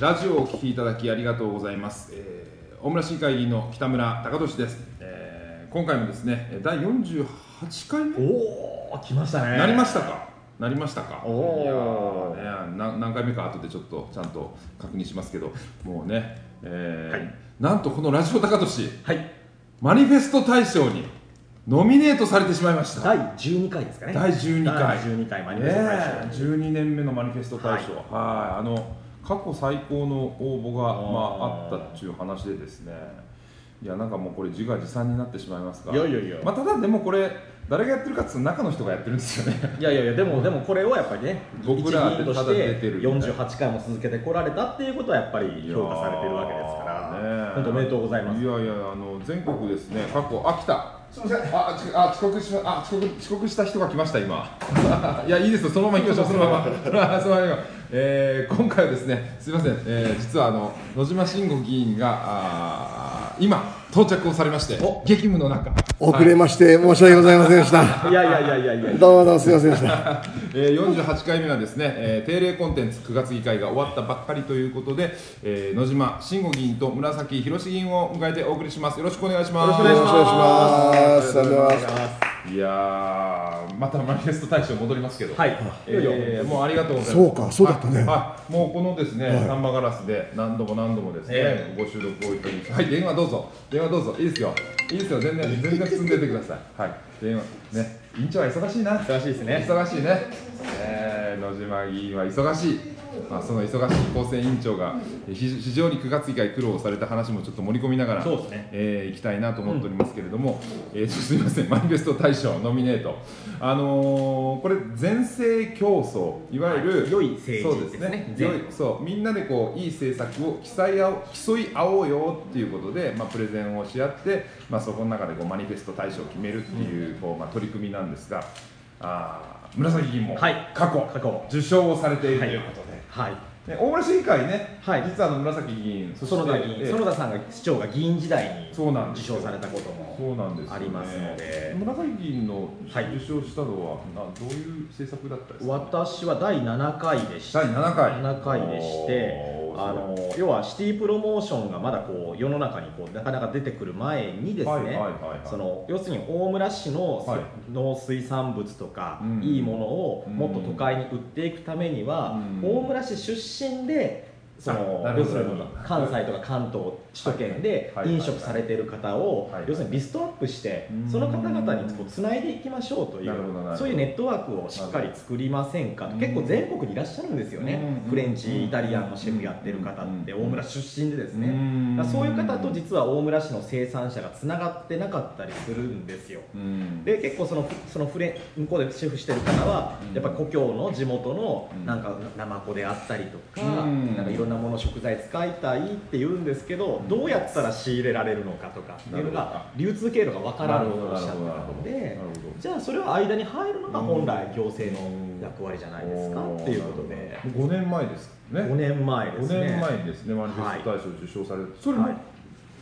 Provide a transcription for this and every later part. ラジオをお聞きいただきありがとうございます、えー大村市議会議員の北村隆俊です、えー今回もですね第48回目おお来ましたねなりましたかなりましたかおーいやーねな何回目か後でちょっとちゃんと確認しますけどもうね、えーはいなんとこのラジオ高俊はいマニフェスト大賞にノミネートされてしまいました第12回ですかね第12回第12回マニフェスト大賞、ねえ12年目のマニフェスト大賞、はい、あの過去最高の応募があーまあ、あったっていう話でですね、いや、なんかもうこれ、自画自賛になってしまいますが、いやいやいやまあ、ただでもこれ、誰がやってるかっていうと中の人がやってるんですよね。いやいやいやでもでもこれをやっぱりね僕ら一議員とたしだ出ててる48回も続けてこられたっていうことはやっぱり評価されてるわけですかいやーら本当おめでとうございますいやいや、あの全国ですね、過去、あ、来た。すみません。あ、ちあ遅刻しま、あ、遅刻、遅刻した人が来ました、今。 いや、いいですよ、そのまま行きましょう、そのまま。 そのまま行きましょうえー今回はですね、すみません、えー実はあの野島慎吾議員があー今到着をされまして、お激務の中、遅れまして申し訳ございませんでした。いやいやいやいやいやいや どうもどうもすいませんでした。えー48回目はですね、えー定例コンテンツ9月議会が終わったばっかりということで、えー野島慎吾議員と紫広志議員を迎えてお送りします。よろしくお願いします。よろしくお願いしますお願いします。ありがとうございます。いやーまたマニフェスト大賞戻りますけど、はいいやいやえーもうありがとうございます。そうかそうだったねはいはいもうこのですね、はいサンバガラスで何度も何度もですね、えご収録をいただき、はい電話どうぞ、電話どうぞ、いいですよ、いいですよ、全然全然進んでてください。はい電話ね、委員長は忙しいな、忙しいですね、忙しいね。えー野島議員は忙しい。まあその忙しい構成委員長が非非常に9月以外苦労された話もちょっと盛り込みながらそうですねえー行きたいなと思っておりますけれども、えーすみません、マニフェスト大賞ノミネート、あのーこれ、全制競争、いわゆる、はい良い政治そうですね良いそうみんなでこういい政策を競い合おう競い合おうよっていうことで、まあ、プレゼンをし合って、まあ、そこの中でこうマニフェスト大賞を決めるっていうこう、まあ、取り組みなんですが、あー紫議員もはい過去、過去受賞をされているということで。はいね大村市議会ね、はい実はあの紫議員、そして園田議員えー園田さんが市長が議員時代にそうなんで受すよ賞されたこともそうなんですよねありますので村上議員のはい受賞したのは、などういう政策だったですか、私は第7回でした第7回7回でしておーあの要はシティプロモーションがまだこう世の中にこうなかなか出てくる前にですね、はいはいはいはいその要するに大村市のはい農水産物とか、うんいいものをもっと都会に売っていくためには、うん大村市出身でそあなのる要ほすどるに関西とか関東首都圏ではいはい飲食されている方をはいはい要するにリストアップしてうんその方々にこうつないでいきましょうといなるほどなるほどうそういうネットワークをしっかり作りませんかとうん結構全国にいらっしゃるんですよねうんフレンチイタリアンのシェフやってる方ってうん大村出身でですうねんだからそういう方と実は大村市の生産者がつながってなかったりするんですようんで結構そのそのフレ向こうでシェフしてる方はうんやっぱり故郷の地元のうんなんかナマコであったりとかうんなんかいろんなもの食材使いたいって言うんですけどんどうやったら仕入れられるのかとかっていうのなるが流通経路がわからんとおっしゃなるったほのどなるでほどなるほどじゃあそれを間に入るのが本来行政の役割じゃないですかっていうことで5年前ですね5年前です5年ね前にですねマニフェスト大賞を受賞されて、それも、はい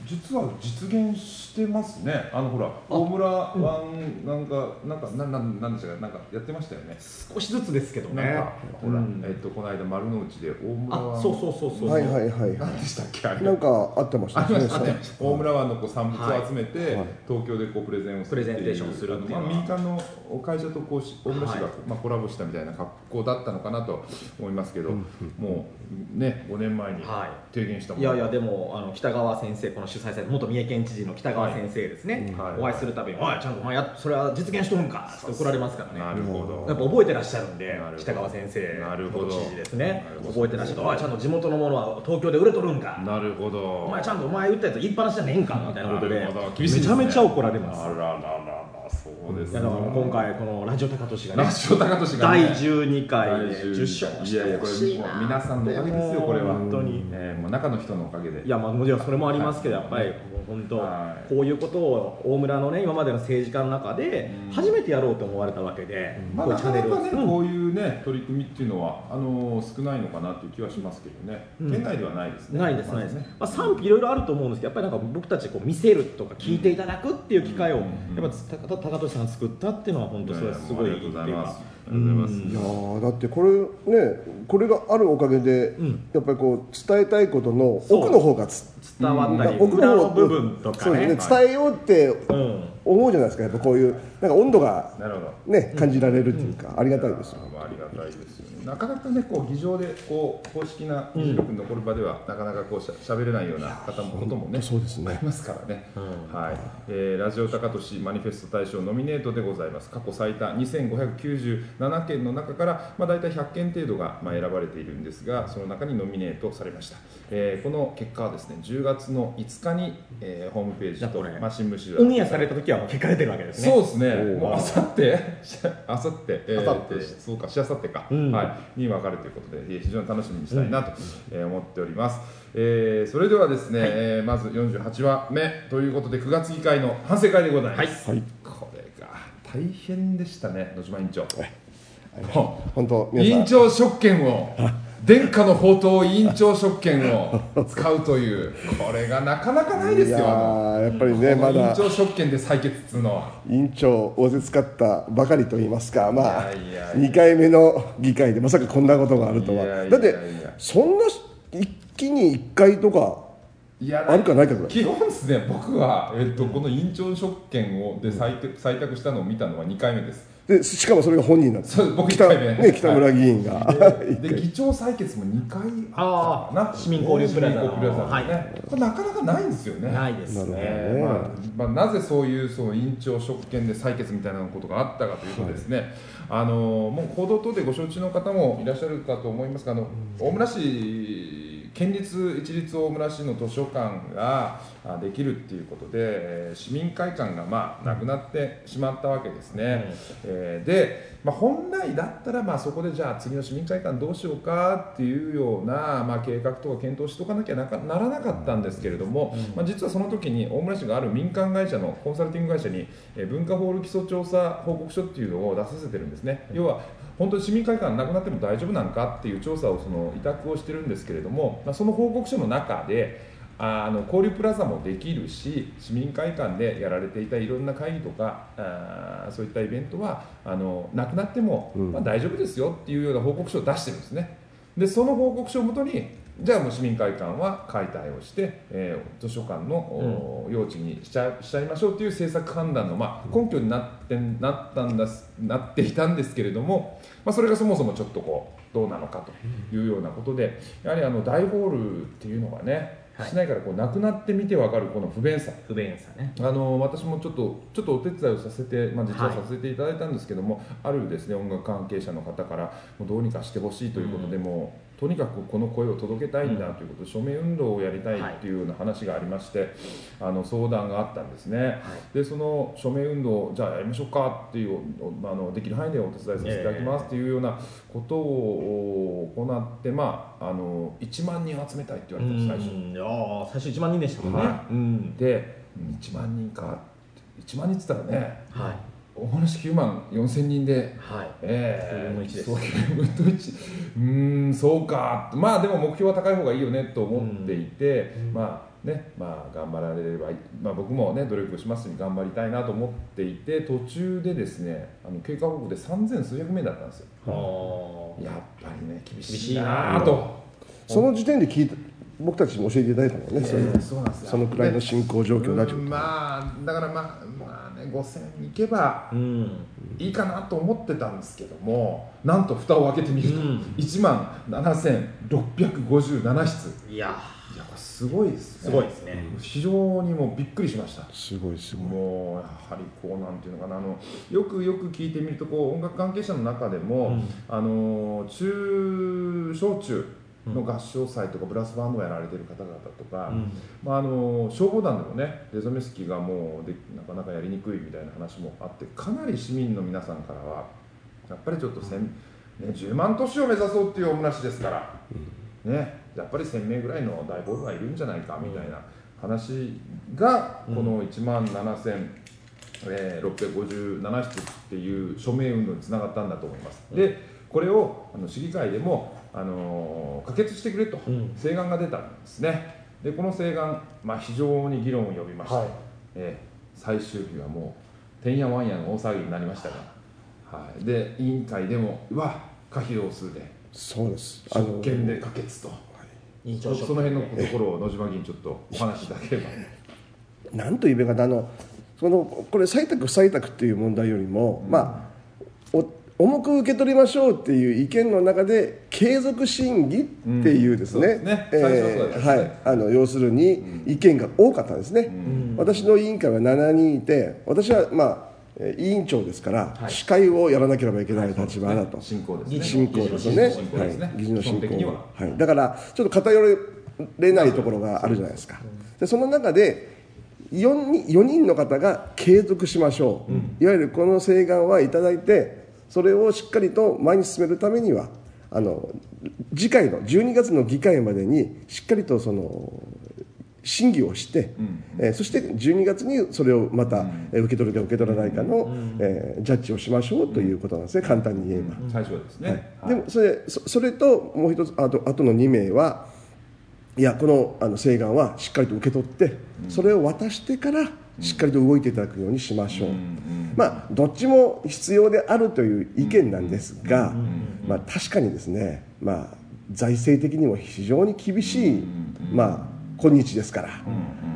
実は実現してますねあのほら大村湾なんか、なんかなんなんなんでしたかなんかやってましたよね少しずつですけどなんねかほら、うんえっとこの間丸の内で大村湾あそうそうそうそう はいはいはいは何でしたっけあれい。なんかあってましあたりまね。したありました大村湾のこう産物を集めて、はい東京でこうプレゼンをするっていうプレゼンテーションするっていうあののはまあ、民間の会社とこうし大村市が、はいまあ、コラボしたみたいな格好だったのかなと思いますけど、もうね5年前にはい提言したもいの、やいやでもあの北川先生この主催された元三重県知事の北川先生ですね、はいお会いするたびに「おいちゃんとお前やそれは実現しとるんか」って怒られますからねなるほどやっぱ覚えてらっしゃるんでなるほど北川先生なるほど元知事ですねなるほど覚えてらっしゃるおいちゃんと地元のものは東京で売れとるんか」なるほどお前ちゃんとお前売ったやつ言いっぱなしじゃねえんかみたいなことでなるほど厳しいでめすちねゃめちゃ怒られますあららららそうですいやだから今回このラジオ高俊 がねラジオ高俊が、第ね、 12回で第12 10勝してほしいやいやこれもなう皆さんのおかげですよこれは本当にえーもう中の人のおかげでいやまあもちろんそれもありますけど、はいやっぱりもう本当、はいこういうことを大村のね今までの政治家の中でうん初めてやろうと思われたわけで、まあ、こうないうチかャンなネルかをね、うんこういうね、取り組みっていうのは、あのー少ないのかなという気はしますけどね、うん県内ではないですね。ないですまなずいです、まあ、賛否いろいろあると思うんですけどやっぱりなんか僕たちこう見せるとか聞いていただくっていう機会を、うんやっぱ高高俊さんが作ったっていうのは本当それはすごいいやいやもうありがとうございますっていりがとううかございますいやーだってこれねこれがあるおかげで、やっぱりこう伝えたいことのそう奥の方がつ伝わったり、奥裏方の部分とかそうねですね伝えようってうん思うじゃないですかやっぱこういうなんか温度がなるほどね感じられるっていうか、ありがたいですよあまあありがたいですよね。なかなかね、こう議場でこう公式な議事録に残る場では、なかなかこうしゃ喋れないような方もこともね、そうですねありますからね。はい、えーラジオ高俊マニフェスト大賞ノミネートでございます。過去最多2597件の中から、まあだいたい100件程度がまあ選ばれているんですが、その中にノミネートされました。えーこの結果はですね、10月の5日に、えーホームページじゃあとこれまあ新聞紙オンエアされた時はもう聞かれてるわけですねそうですねお、ーもうあさって、 あさって、えー明後日そうか、しあさってか、うんはい、に分かるということで、えー非常に楽しみにしたいなとえー思っております。えーそれではですね、えーまず48話目ということで、9月議会の反省会でございます。はいこれが大変でしたね、野島委員長。もう本当委員皆さん長職権を、殿下の宝刀委員長職権 を使うという、これがなかなかないですいよや。あのーやっぱりねこのま委員だ長職権で採決っつうのは。委員長仰せつかったばかりと言いますかまあいやいやいや2回目の議会でまさかこんなことがあるとはいやいやいやだってそんな一気に1回とかいやあるかないかぐらい基本ですね、僕は、えっと、この委員長職権をで採択採択したのを見たのは2回目です。でしかもそれが本人なんですそう僕北,、一回目ね、北村議員が、 で議長採決も2回ああったーかな市民交流プラザ市民交流プラザでね、はこれなかなかないんですよね。ないですなるほどねえーまあまあ、なぜそういうその委員長職権で採決みたいなことがあったかというとですね、あのーもう報道等でご承知の方もいらっしゃるかと思いますがあの大村市県立一律大村市の図書館があできるっていうことでえー市民会館がまあなくなってしまったわけですね、えーで、まあ、本来だったらまあそこでじゃあ次の市民会館どうしようかっていうような、まあ、計画とか検討しとかなきゃなかならなかったんですけれども、まあ、実はその時に大村市がある民間会社のコンサルティング会社にえー文化ホール基礎調査報告書っていうのを出させてるんですね、要は本当に市民会館なくなっても大丈夫なんかっていう調査をその委託をしてるんですけれども、まあ、その報告書の中であの交流プラザもできるし市民会館でやられていたいろんな会議とかあーそういったイベントはあのなくなっても、まあ、大丈夫ですよっていうような報告書を出してるんですねでその報告書をもとにじゃあもう市民会館は解体をして、えー図書館の、お用地にしちゃしちゃいましょうという政策判断の、まあ、根拠になってなったんだすなっていたんですけれども、まあ、それがそもそもちょっとこうどうなのかというようなことでやはりあの大ホールっていうのがねはい市内からこうなくなってみてわかるこの不便さ不便さねあの私もちょっとちょっとお手伝いをさせて、まあ、実はさせていただいたんですけども、あるですね音楽関係者の方からもうどうにかしてほしいということで、もうとにかくこの声を届けたいんだということで、署名運動をやりたいっていうような話がありまして、あの相談があったんですね、でその署名運動をじゃあやりましょうかっていうおあのできる範囲でお手伝いさせていただきますっていうようなことを行って、まあ、あの1万人集めたいって言われたんです最初。うんいやー最初1万人でしたもんね、はうんでうん1万人か1万人っつったらねはいお話9万4千人ではいええ9分の1ですそう9分の1うーんそうかまあでも目標は高い方がいいよねと思っていて、まあねまあ頑張られればいい、まあ、僕もね努力しますし頑張りたいなと思っていて途中でですねあの経過報告で3000数百名だったんですよあーやっぱりね厳厳ししいいななあとその時点で聞いた僕たちに教えていただいたのね、そういうそうなんですよそのくらいので進行状況だとうんまあだからまあまあね5000いけばうんいいかなと思ってたんですけどもなんと蓋を開けてみると、うん1万7657室いやいやこれすごいですねーすごいですね、非常にもうびっくりしましたすごいすごいもうやはりこうなんていうのかなあのよくよく聞いてみるとこう音楽関係者の中でも、うんあの中小中の合唱祭とかブラスバンドをやられてる方々とか、うんまあ、あの消防団でもね出初め式がもうでなかなかやりにくいみたいな話もあってかなり市民の皆さんからはやっぱりちょっと1000、ね、10万都市を目指そうっていうお話ですから、ね、やっぱり1000名ぐらいの大ボールがいるんじゃないかみたいな話がこの1万7000、えー657室っていう署名運動につながったんだと思います。でこれをあの市議会でも、あのー可決してくれとうん請願が出たんですね。でこの請願、まあ、非常に議論を呼びました、はいえー最終日はもうてんやわんやの大騒ぎになりましたが、はい、で委員会でもは可否同数でそうですあ職の権で可決と委員そ長その辺のところを野島議員ちょっとお話しいただければなんというべきかなあのそのこれ採択不採択っていう問題よりも、まあお重く受け取りましょうっていう意見の中で継続審議っていうですね,、うんそうですねえー最初はそうだったはいあの要するに意見が多かったんですね、私の委員会は7人いて私はまあえー委員長ですから、司会をやらなければいけない立場だと、進行です議ね事進行ですよね議事の進行ですねはい、議事の進基本的には行はい、だからちょっと偏れないところがあるじゃないですかでその中で 4, 人4人の方が継続しましょう、いわゆるこの請願はいただいてそれをしっかりと前に進めるためにはあの次回の12月の議会までにしっかりとその審議をして、えーそして12月にそれをまた、えー受け取るか受け取らないかの、えージャッジをしましょうということなんですね、簡単に言えば。最初はですね、はいでもそれそそれともう一つあとあとの2名はいやこのあの請願はしっかりと受け取って、それを渡してからしっかりと動いていただくようにしましょう、まあ、どっちも必要であるという意見なんですが、まあ、確かにですね、まあ、財政的にも非常に厳しい、まあ、今日ですから、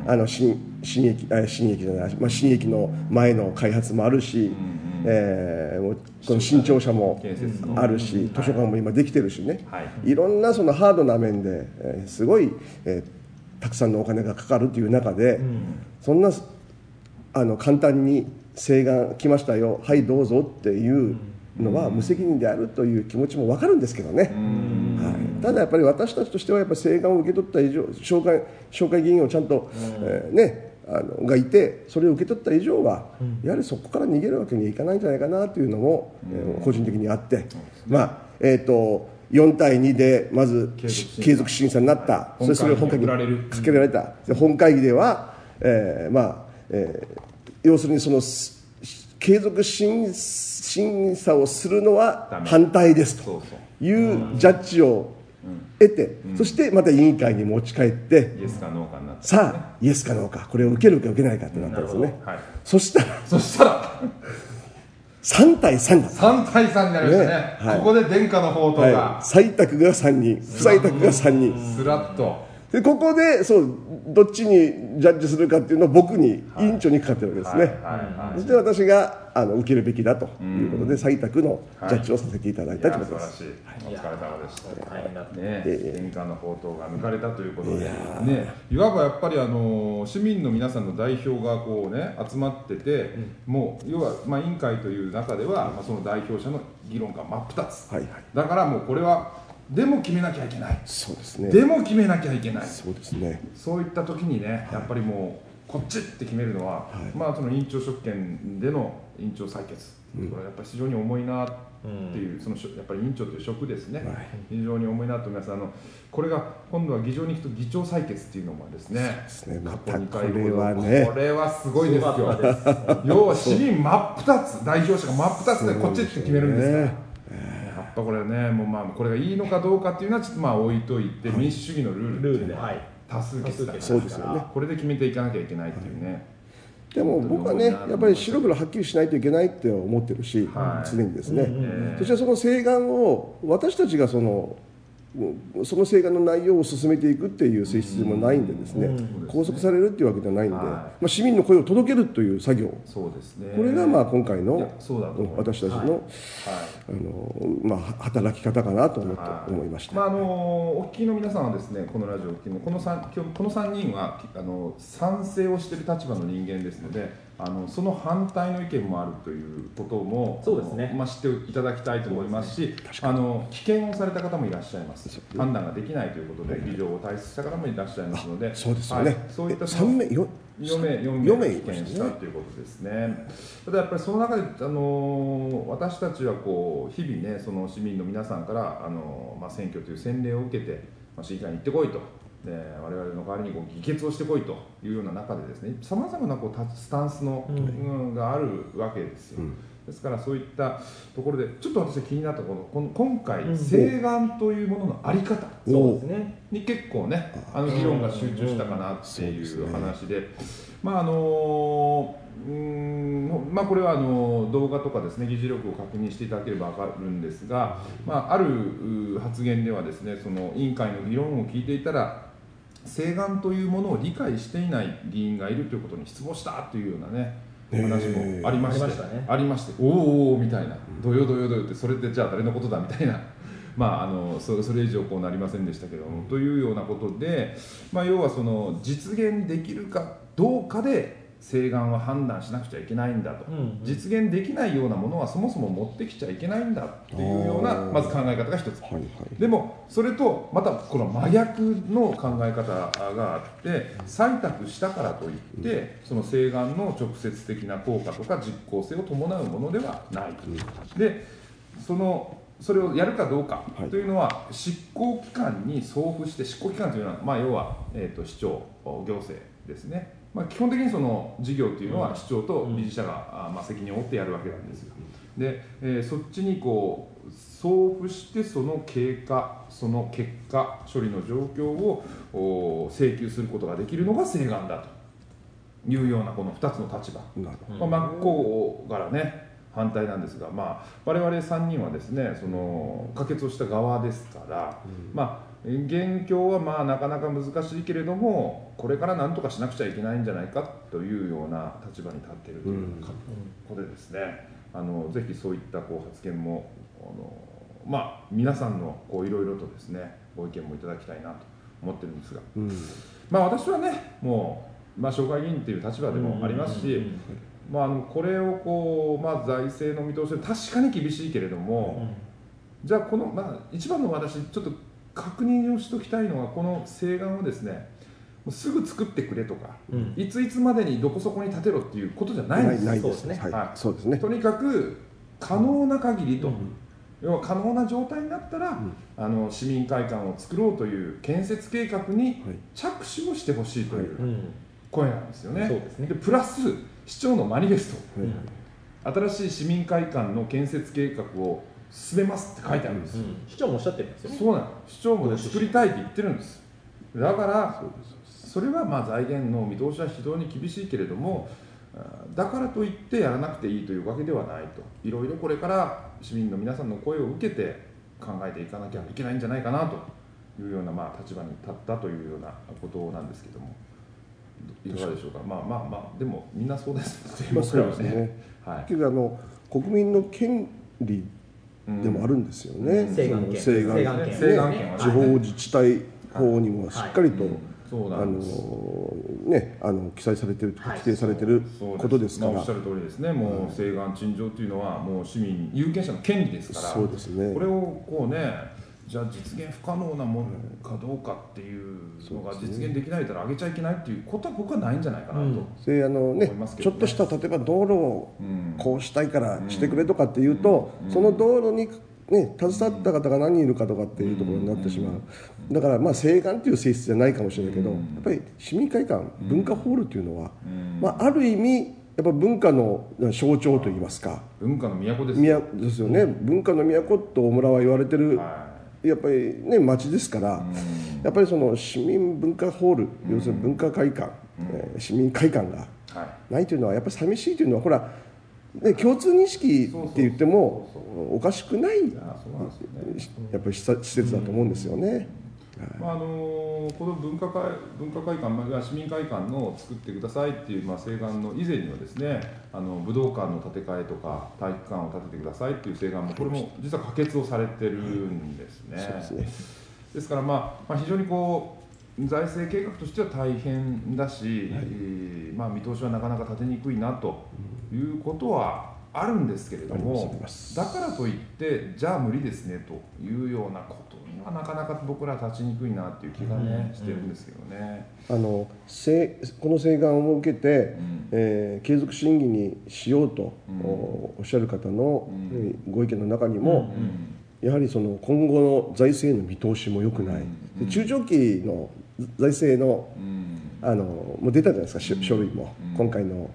あの新新駅あ新駅じゃない、まあ、新駅の前の開発もあるし、えーもうこの新庁舎も建設あるし、図書館も今できてるしね、、はいろんなそのハードな面で、えーすごい、えーたくさんのお金がかかるという中で、そんなあの簡単に請願来ましたよはいどうぞっていうのは無責任であるという気持ちも分かるんですけどね、はい、ただやっぱり私たちとしてはやっぱり請願を受け取った以上紹介紹介議員をちゃんと、えーねあのがいてそれを受け取った以上は、やはりそこから逃げるわけにはいかないんじゃないかなというのも、えー個人的にあって、まあえっ、と4対2でまず継続審査継続審査になった、そしてそれを本会議本会議に送られるかけられた、で本会議では、えーまあえー要するにそのす継続審審査をするのダはメ反対ですそうとそういうジャッジを得て、そしてまた委員会に持ち帰って、イエスかノーかになってさあイエスかノーかこれを受けるか受けないかってなったんですね、はいそしたらそしたら3対3だった、 3対3になりましたねねはいここで殿下の宝刀はがい、採択が3人不採択が3人、スラッとでここでそうどっちにジャッジするかっていうのは僕に、委員長にかかってるわけですね、はいはいそして私があの受けるべきだということで、採択のジャッジをさせていただいいたやという素こと晴でらす。しいお疲れ様でした大変だったね、玄関の宝刀が抜かれたということで、ね、いわばやっぱりあの市民の皆さんの代表がこう、ね、集まってて、もう要は、まあ、委員会という中では、まあ、その代表者の議論が真っ二つ、はいはいだからもうこれはでも決めなきゃいけない、そうですね。でも決めなきゃいけないそうですね。そういった時にねやっぱりもうこっちって決めるのは、まあ、その委員長職権での委員長採決、これはやっぱり非常に重いなっていう、そのしょやっぱり委員長という職ですね、非常に重いなと思いますあのこれが今度は議場に行くと議長採決っていうのもですねすね過去また2回ほどこれはねこれはすごいですよすごかったです要は市民真っ二つ代表者が真っ二つでこっちって決めるんですから。やっぱこれね、もうまあこれがいいのかどうかっていうのはちょっとまあ置いといて、民主主義のルールっていうのはルールではい多数決だからそうですよねこれで決めていかなきゃいけないっていうね、でも僕はね、やっぱり白黒はっきりしないといけないって思ってるし、はい常にですね、んうんそしてその請願を私たちがそのうんその請願の内容を進めていくっていう性質もないんでですね、拘束されるっていうわけではないんで、はいまあ、市民の声を届けるという作業、そうですねこれがまあは今回のいやそうだと思います私たちの,、あのまあ、働き方かなと思ってはい思いました、まああのーお聞きの皆さんはですねこのラジオをお聞きのこの三今日この三人はあの賛成をしている立場の人間ですのであのその反対の意見もあるということもそうですねまあ、知っていただきたいと思いますしあの棄権をされた方もいらっしゃいます判断ができないということで議場を退出した方もいらっしゃいますのでそうですよね、はいそういったその3名よ4名4四名名い棄まし権たねしたということですね。ただやっぱりその中で、あのー私たちはこう日々ねその市民の皆さんから、あのーまあ、選挙という洗礼を受けて、まあ、市議会に行ってこいと。で我々の代わりにこう議決をしてこいというような中でですねさまざまなこう立ちスタンスの、うんがあるわけですよ。ですからそういったところでちょっと私が気になったこのこの今回、うん請願というもののあり方そうですね。に結構ねあの議論が集中したかなっていう話で、まああのうーんまあこれはあの動画とかですね議事録を確認していただければわかるんですが、まああるう発言ではですねその委員会の議論を聞いていたら。請願というものを理解していない議員がいるということに失望したというようなねへー話もありまして、ありましたねありましておーおーみたいなどよどよどよってそれってじゃあ誰のことだみたいな。 まあ、あのそそれ以上こうなりませんでしたけども、というようなことで、まあ、要はその実現できるかどうかで請願は判断しなくちゃいけないんだと、うんうん実現できないようなものはそもそも持ってきちゃいけないんだっていうようなあーまず考え方が一つ、はいはいでもそれとまたこの真逆の考え方があって採択したからといってその請願の直接的な効果とか実効性を伴うものではないと。でそのそれをやるかどうかはいというのは執行機関に送付して執行機関というのは、まあ、要は、えー、と市長行政ですね、まあ、基本的にその事業というのは市長と理事者が、あまあ、責任を負ってやるわけなんですよで、えーそっちにこう送付してその経過その結果処理の状況をお請求することができるのが請願だというようなこの2つの立場なるうんまあ、真っ向からね反対なんですが、まあ、我々3人はですねその可決をした側ですから、まあ、え現況はまあなかなか難しいけれどもこれから何とかしなくちゃいけないんじゃないかというような立場に立っているというかことでですね、あのぜひそういったこう発言もあの、まあ、皆さんのこういろいろとですねご意見もいただきたいなと思ってるんですが、ほど、うん、まあ、私はねもう、まあ、紹介議員という立場でもありますし。まあ、あのこれをこう、まあ、財政の見通しで確かに厳しいけれどうん、うも、んじゃあこの、まあ、一番の私ちょっと確認をしておきたいのはこの請願をですねもうすぐ作ってくれとか、うんいついつまでにどこそこに建てろっていうことじゃないんですないそうでですすねねはい、はそうですねとにかく可能な限りと、うん要は可能な状態になったら、んあの市民会館を作ろうという建設計画にはい着手をしてほしいといううん声なんですよね。そうですねでプラス市長のマニフェスト、うん新しい市民会館の建設計画を進めますって書いてあるんですうよ、ん市長もおっしゃってるんですよね。そうなの市長もね作りたいって言ってるんですだからそれはまあ財源の見通しは非常に厳しいけれどもあーだからといってやらなくていいというわけではないといろいろこれから市民の皆さんの声を受けて考えていかなきゃいけないんじゃないかなというようなまあ立場に立ったというようなことなんですけどもいかがでしょうかまあまあまあでもみんなそうですまあそうですね、はい結局あの国民の権利でもあるんですよね、うん請願権その請請願願権ね請願権はね地方自治体法にもしっかりと、うんそうあなのんですねあの記載されてる、はい規定されてるそうことですから、まあ、おっしゃる通りですね、もう請願陳情というのは、もう市民、有権者の権利ですから、そうですねこれをこうね、じゃあ、実現不可能なものかどうかっていうのが、そうです実ね現できないから上げちゃいけないっていうことは、僕はないんじゃないかなと、ううんんそれあのね思いますけちどょねっとした例えば道路をこうしたいからしてくれとかっていうと、うんその道路にね、携わった方が何人いるかとかっていうところになってしまう、だからまあ請願っていう性質じゃないかもしれないけど、うんやっぱり市民会館、文化ホールっていうのは、うんまあ、ある意味やっぱ文化の象徴といいますか、文化の都ですよ、宮ですよね、文化の都と大村は言われてる、はやっぱりね町ですから、やっぱりその市民文化ホール、要するに文化会館、えー市民会館がい、はいないというのはやっぱり寂しいというのはほら、ね、共通認識って言ってもおかしくないいやそうなんですよねやっぱり施設施設だと思うんですよね。まああのこの文化会文化会館、まあ、市民会館の作ってくださいっていう、まあ、請願の以前にはですねあの武道館の建て替えとか体育館を建ててくださいっていう請願もこれも実は可決をされてるんですね。そうですねですから、まあ、まあ非常にこう財政計画としては大変だし、えーまあ、見通しはなかなか立てにくいなということはあるんですけれどありますあもりますだからといってじゃあ無理ですねというようなことにはなかなか僕ら立ちにくいなっていう気がね、うんしてるんですけどね。あのせこの請願を受けて、うんえー継続審議にしようと、うんおおっしゃる方の、うんご意見の中にも、うんやはりその今後の財政の見通しも良くない、うんで中長期の財政のうんあのもう出たじゃないですか、しうん書類も、うん今回の、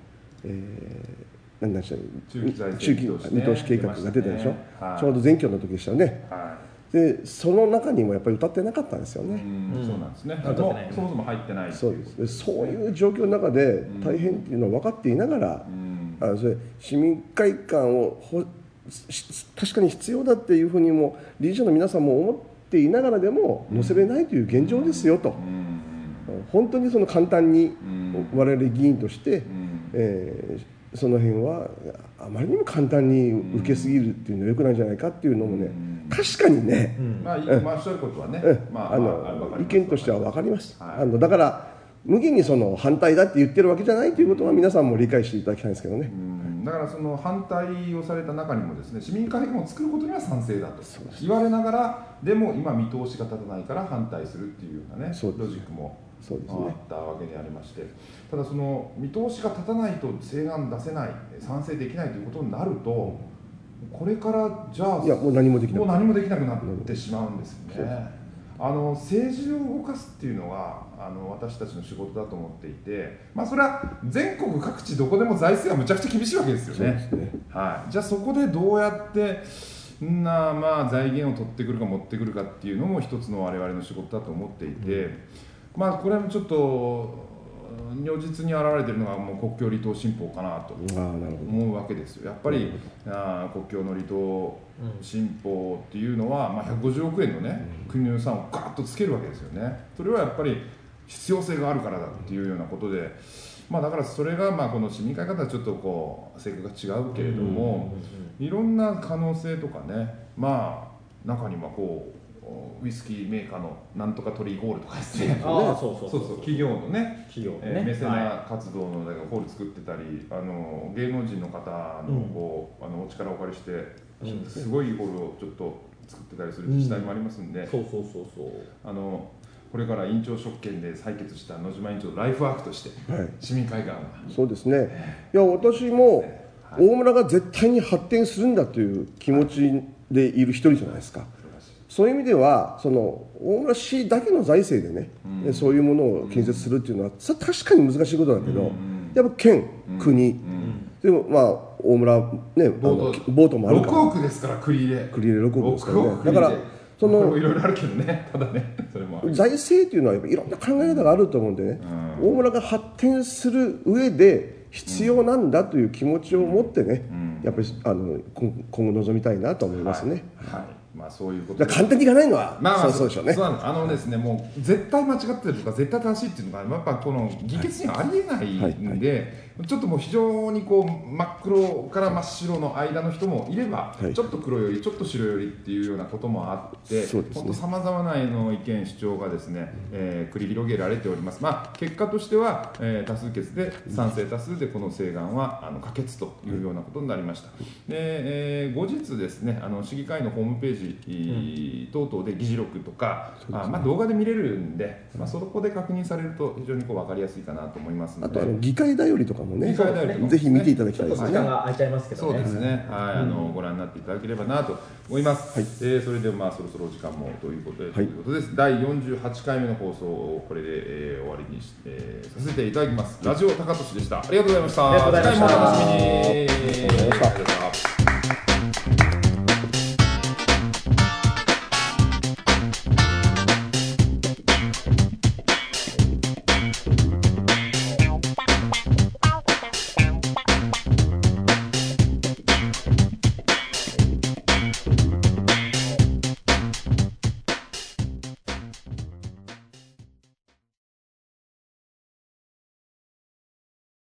えー何でしたっ中期財け政中期見通しね見通し計画が出てたで出まししょ、たねはいちょうど前挙の時でしたよねはでその中にもやっぱり歌ってなかったんですよい、うね、んそうなんですね、んもうそもそも入ってないそうですでそういう状況の中で大変っていうのを分かっていながら、うんあのそれ市民会館をほし確かに必要だっていうふうにも理事長の皆さんも思っていながらでも載せれないという現状ですよとう、ん本当にその簡単にうん我々議員として、うんえーその辺はあまりにも簡単に受けすぎるっていうのはよくないんじゃないかっていうのもね、うん確かにね、うんまあ、いまあ、おっしゃることはね、うんまあまわかのり意ます見としては分かります、はいあのだから無限にその反対だって言ってるわけじゃないということは皆さんも理解していただきたいんですけどね、うんだからその反対をされた中にもですね市民会館を作ることには賛成だと言われながらでも今見通しが立たないから反対するっていうようなねそうですロジックもそうですあねったわけでありましてただその見通しが立たないと請願出せない賛成できないということになるとこれからじゃあいやもう何もできなもうい何もできなくなってしまうんですよね。あの政治を動かすっていうのはあの私たちの仕事だと思っていて、まあ、それは全国各地どこでも財政はむちゃくちゃ厳しいわけですよそうでね。すねはい、じゃあそこでどうやってんなまあ財源を取ってくるか持ってくるかっていうのも一つの我々の仕事だと思っていて、まあこれもちょっと如実に表れてるのがもう国境離島新法かなとああなるほど思うわけですよやっぱり、あー国境の離島新法っていうのは、まあ、150億円のね、国の予算をガーッとつけるわけですよねそれはやっぱり必要性があるからだっていうようなことで、まあ、だからそれが、まあ、この市民会館とはちょっとこう性格が違うけれども、いろんな可能性とかねまあ中にはこうウイスキーメーカーのなんとかトリーホールとかですねああそうそそううそう企業のね企業のえーねメセはナ活動のなんかホール作ってたり、あの芸能人の方のこう、あのお力をお借りして、うんすごいホールをちょっと作ってたりする自治体もありますんで、いそうそうそうそうあのこれから院長職権で採決した野島院長のライフワークとしてはい市民会館そうですねいや私も大村が絶対に発展するんだという気持ちでいる一人じゃないですかそういう意味ではその大村市だけの財政でね、そういうものを建設するっていうのはそれは確かに難しいことだけど、やっぱ県、国、でもまあ大村ねボートあのボートもあるか6ら億ですから繰り入れ繰り入れ6億ですからね6億繰り入れだからそのこれもいろいろあるけどねただねそれもある財政というのはやっぱいろんな考え方があると思うんでね、大村が発展する上で必要なんだという気持ちを持ってね、やっぱりあの今今後望みたいなと思いますね、はいまあそういうことだでから簡単にいかないのは、まあまあそうそうでしょうなねのあのですね、もう絶対間違ってるとか絶対正しいっていうのがやっぱこの議決にはありえないんで、ちょっともう非常にこう真っ黒から真っ白の間の人もいれば、はいちょっと黒よりちょっと白よりっていうようなこともあって、そうですね本当さまざまなあの意見主張がですね、えー繰り広げられております。まあ結果としては、えー多数決で賛成多数でこの請願はあの可決というようなことになりました。で、えー後日ですね、あの市議会のホームページ、えー等々で議事録とか、あまあ動画で見れるんで、まあそこで確認されると非常にこうわかりやすいかなと思いますのあで。とあの議会だよりとかもね議会だよりもぜひ見ていただきたいちょでっと時すね間が空いちゃいますけどそうねですね、はい、あの、ご覧になっていただければなと思います。えーそれでは、まあ、そろそろお時間もということで、いということです。第48回目の放送を、これで、えー終わりにし、えーさせていただきます。ラジオ高俊でした。ありがとうございました。ありがとうございました次回もお楽しみに。ありがとうございました。